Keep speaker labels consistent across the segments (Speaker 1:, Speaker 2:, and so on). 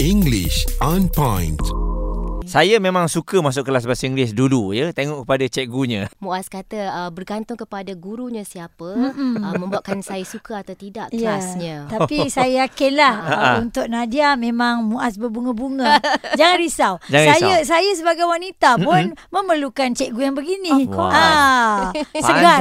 Speaker 1: English on point.
Speaker 2: Saya memang suka masuk kelas bahasa Inggeris dulu ya, tengok kepada cikgunya.
Speaker 3: Muaz kata uh, bergantung kepada gurunya siapa uh, membuatkan saya suka atau tidak
Speaker 4: Ya,
Speaker 3: kelasnya.
Speaker 4: Tapi saya yakinlah
Speaker 2: Ha,
Speaker 4: uh, untuk Nadia memang muas berbunga-bunga. Jangan risau.
Speaker 2: Jangan
Speaker 4: saya
Speaker 2: risau.
Speaker 4: saya sebagai wanita pun memerlukan cikgu yang
Speaker 2: Of
Speaker 4: begini.
Speaker 2: course.
Speaker 4: Ah,
Speaker 3: Eh,
Speaker 2: Pandai.
Speaker 4: segar.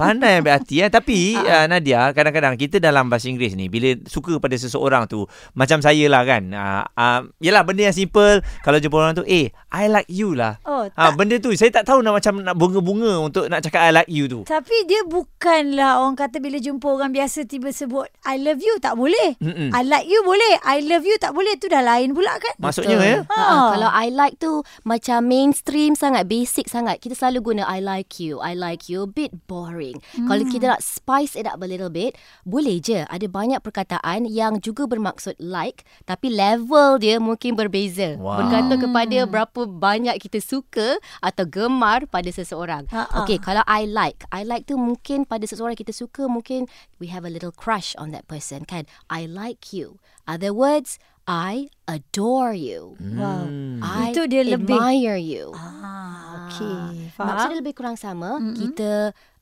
Speaker 2: Pandai ambil hati eh. Tapi uh,
Speaker 3: Ah.
Speaker 2: Nadia kadang-kadang kita dalam bahasa Inggeris ni bila suka pada seseorang tu macam saya lah kan. Uh, uh, yelah benda yang simple kalau jumpa orang tu eh I like you lah.
Speaker 4: Oh,
Speaker 2: Ha, benda tu saya tak tahu nak macam nak bunga-bunga untuk nak cakap I like you tu.
Speaker 4: Tapi dia bukanlah orang kata bila jumpa orang biasa tiba sebut I love you tak boleh.
Speaker 2: Mm-mm.
Speaker 4: I like you boleh. I love you tak boleh. Tu dah lain pula kan?
Speaker 2: Maksudnya
Speaker 3: Betul.
Speaker 2: ya.
Speaker 3: Ha,
Speaker 4: Ah.
Speaker 3: Kalau I like tu macam mainstream sangat, basic sangat. Kita selalu guna I like you, I like you. A bit boring. Kalau kita
Speaker 4: Hmm.
Speaker 3: nak spice it up a little bit, boleh je. Ada banyak perkataan yang juga bermaksud like tapi level dia mungkin berbeza.
Speaker 2: Wow.
Speaker 3: Bergantung
Speaker 4: Hmm.
Speaker 3: kepada berapa banyak kita suka atau gemar pada seseorang.
Speaker 4: Ha, ha.
Speaker 3: Okey, kalau I like, I like tu mungkin pada seseorang kita suka mungkin we have a little crush on that person kan. I like you. Other words, I adore you.
Speaker 4: Wow.
Speaker 2: Hmm.
Speaker 3: I
Speaker 4: Itu dia lebih.
Speaker 3: admire you.
Speaker 4: Ah,
Speaker 3: Ah,
Speaker 4: okey.
Speaker 3: Maksud
Speaker 4: Faham?
Speaker 3: dia lebih kurang sama. Mm-hmm. Kita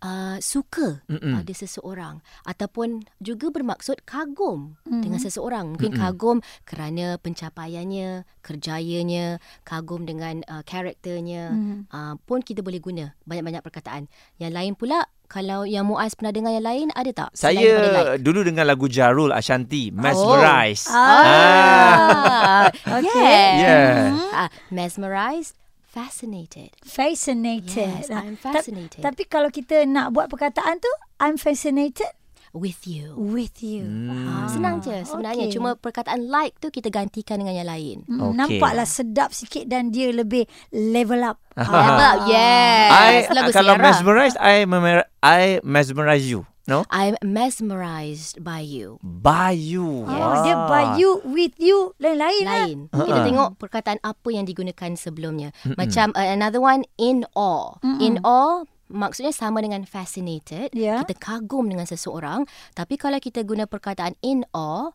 Speaker 3: uh, suka mm-hmm. ada seseorang ataupun juga bermaksud kagum mm-hmm. dengan seseorang. Mungkin mm-hmm. kagum kerana pencapaiannya, kerjayanya, kagum dengan uh, karakternya. Mm-hmm. Uh, pun kita boleh guna banyak-banyak perkataan. Yang lain pula kalau yang Muaz pernah dengar yang lain ada tak? Selain
Speaker 2: Saya
Speaker 3: daripada like. Oh.
Speaker 2: dulu dengar lagu Jarul Ashanti Mesmerize.
Speaker 4: Ah.
Speaker 3: Ah.
Speaker 4: Okay.
Speaker 3: Yeah.
Speaker 2: Yeah.
Speaker 4: Mm-hmm.
Speaker 3: Ah, mesmerized, fascinated.
Speaker 4: Fascinated.
Speaker 3: Yes, I'm
Speaker 4: Ta-
Speaker 3: fascinated.
Speaker 4: tapi kalau kita nak buat perkataan tu, I'm fascinated
Speaker 3: with you.
Speaker 4: with you.
Speaker 2: Hmm.
Speaker 4: Ah,
Speaker 3: Senang je sebenarnya.
Speaker 4: okey.
Speaker 3: Cuma perkataan like tu kita gantikan dengan yang lain.
Speaker 4: Mm,
Speaker 2: Okey.
Speaker 4: Nampaklah sedap sikit dan dia lebih level up.
Speaker 2: Ah.
Speaker 3: Level up.
Speaker 2: I
Speaker 3: Ah, Yes. Lagu
Speaker 2: kalau
Speaker 3: Ciara.
Speaker 2: mesmerized I memer- I mesmerize you. No?
Speaker 3: I'm mesmerized by you.
Speaker 2: By you.
Speaker 4: Oh, dia by you, with you, lain-lain lah.
Speaker 3: Ah. Lain. Kita tengok perkataan apa yang digunakan sebelumnya. Macam uh, another one in awe. In awe maksudnya sama dengan fascinated.
Speaker 4: Ya.
Speaker 3: Kita kagum dengan seseorang, tapi kalau kita guna perkataan in awe,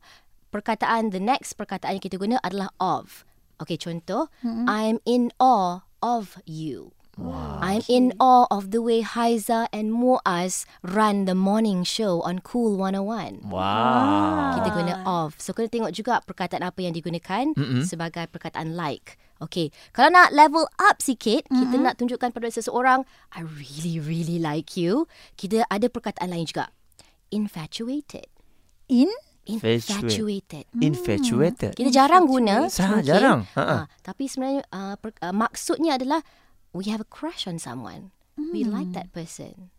Speaker 3: perkataan the next perkataan yang kita guna adalah of. Okey, contoh, I'm in awe of you. Wow. I'm in awe of the way Haiza and Muaz run the morning show on Cool 101.
Speaker 2: Wow.
Speaker 3: Kita guna of. So kena tengok juga perkataan apa yang digunakan mm-hmm. sebagai perkataan like. Okay, kalau nak level up sikit, mm-hmm. kita nak tunjukkan pada seseorang, I really really like you. Kita ada perkataan lain juga. Infatuated.
Speaker 4: In
Speaker 3: Infatuated.
Speaker 2: Infatuated.
Speaker 3: Kita jarang guna.
Speaker 2: Sangat
Speaker 3: mungkin.
Speaker 2: jarang. Ha-ha.
Speaker 3: Ah, tapi sebenarnya uh, per, uh, maksudnya adalah we have a crush on someone. We like that person.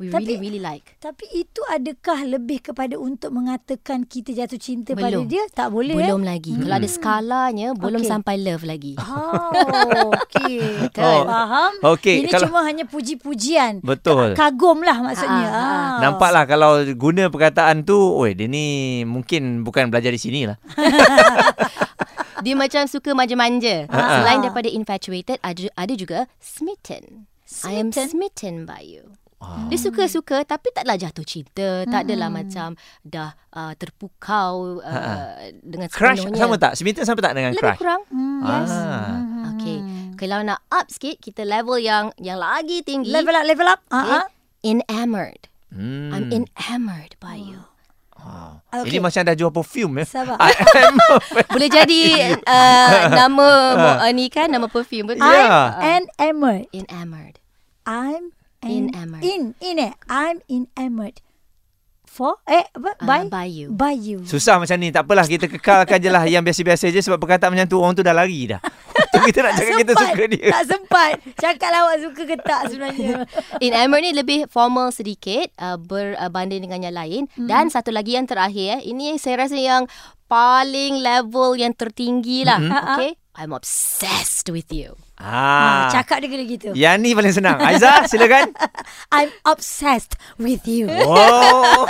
Speaker 3: We
Speaker 4: Tapi-
Speaker 3: really really like.
Speaker 4: Tapi itu adakah lebih kepada untuk mengatakan kita jatuh cinta pada
Speaker 3: Belum.
Speaker 4: dia? Tak boleh
Speaker 3: Belum
Speaker 4: eh?
Speaker 3: lagi.
Speaker 2: Hmm.
Speaker 3: Kalau ada skalanya, belum
Speaker 4: Okey.
Speaker 3: sampai love
Speaker 2: Ah.
Speaker 3: lagi.
Speaker 4: Oh, okey.
Speaker 2: Oh.
Speaker 4: Kan? Faham?
Speaker 2: Okey,
Speaker 4: Ini
Speaker 2: kalau-
Speaker 4: cuma hanya puji-pujian.
Speaker 2: Betul.
Speaker 4: Kagum lah maksudnya.
Speaker 3: Ah, ah,
Speaker 4: Ah.
Speaker 2: Nampaklah kalau guna perkataan tu, oi dia ni mungkin bukan belajar di sini lah.
Speaker 3: Dia macam suka manja-manja.
Speaker 2: ah.
Speaker 3: Selain daripada infatuated, ada, ada juga smitten. I am
Speaker 4: Smitten?
Speaker 3: smitten by you.
Speaker 2: Ah.
Speaker 3: Dia suka-suka tapi taklah jatuh cinta, tak adalah
Speaker 2: Hmm.
Speaker 3: macam dah uh, terpukau uh, dengan
Speaker 2: Ha, Crush
Speaker 3: sepenuhnya.
Speaker 2: sama tak? Smitten sama tak dengan
Speaker 3: Lebih
Speaker 2: crush?
Speaker 3: kurang. Yes.
Speaker 2: Ah.
Speaker 3: Okay. Kalau nak up sikit, kita level yang yang lagi tinggi.
Speaker 4: Level up, level up.
Speaker 3: okay.
Speaker 4: Ah, ah.
Speaker 3: Enamored.
Speaker 2: Hmm.
Speaker 3: I'm enamored by you.
Speaker 4: Ah,
Speaker 2: Ini macam dah jual perfume eh.
Speaker 4: Sabar.
Speaker 2: I am a fan.
Speaker 3: Boleh jadi uh, nama
Speaker 2: Ah.
Speaker 3: uh, ni kan nama perfume betul.
Speaker 2: Yeah.
Speaker 4: And enamored.
Speaker 3: Enamored.
Speaker 4: I'm
Speaker 3: Enamored.
Speaker 4: In, in eh. I'm enamored. For? Eh, apa?
Speaker 3: Ah,
Speaker 4: by?
Speaker 3: by you.
Speaker 4: By you.
Speaker 2: Susah macam ni. Tak apalah kita kekalkan je lah yang biasa-biasa je sebab perkataan macam tu orang tu dah lari dah. Tu kita nak cakap kita suka dia.
Speaker 4: Tak sempat. Cakap lah awak suka ke tak sebenarnya.
Speaker 3: Enamored ni lebih formal sedikit uh, berbanding dengan yang lain mm. dan satu lagi yang terakhir eh ini saya rasa yang paling level yang tertinggi lah mm-hmm. okay I'm obsessed with you
Speaker 4: Ah,
Speaker 2: Ah.
Speaker 4: cakap dia kena gitu.
Speaker 2: Yang ni paling senang. Aiza, silakan. Oh.
Speaker 4: I'm obsessed with you.
Speaker 2: Wow.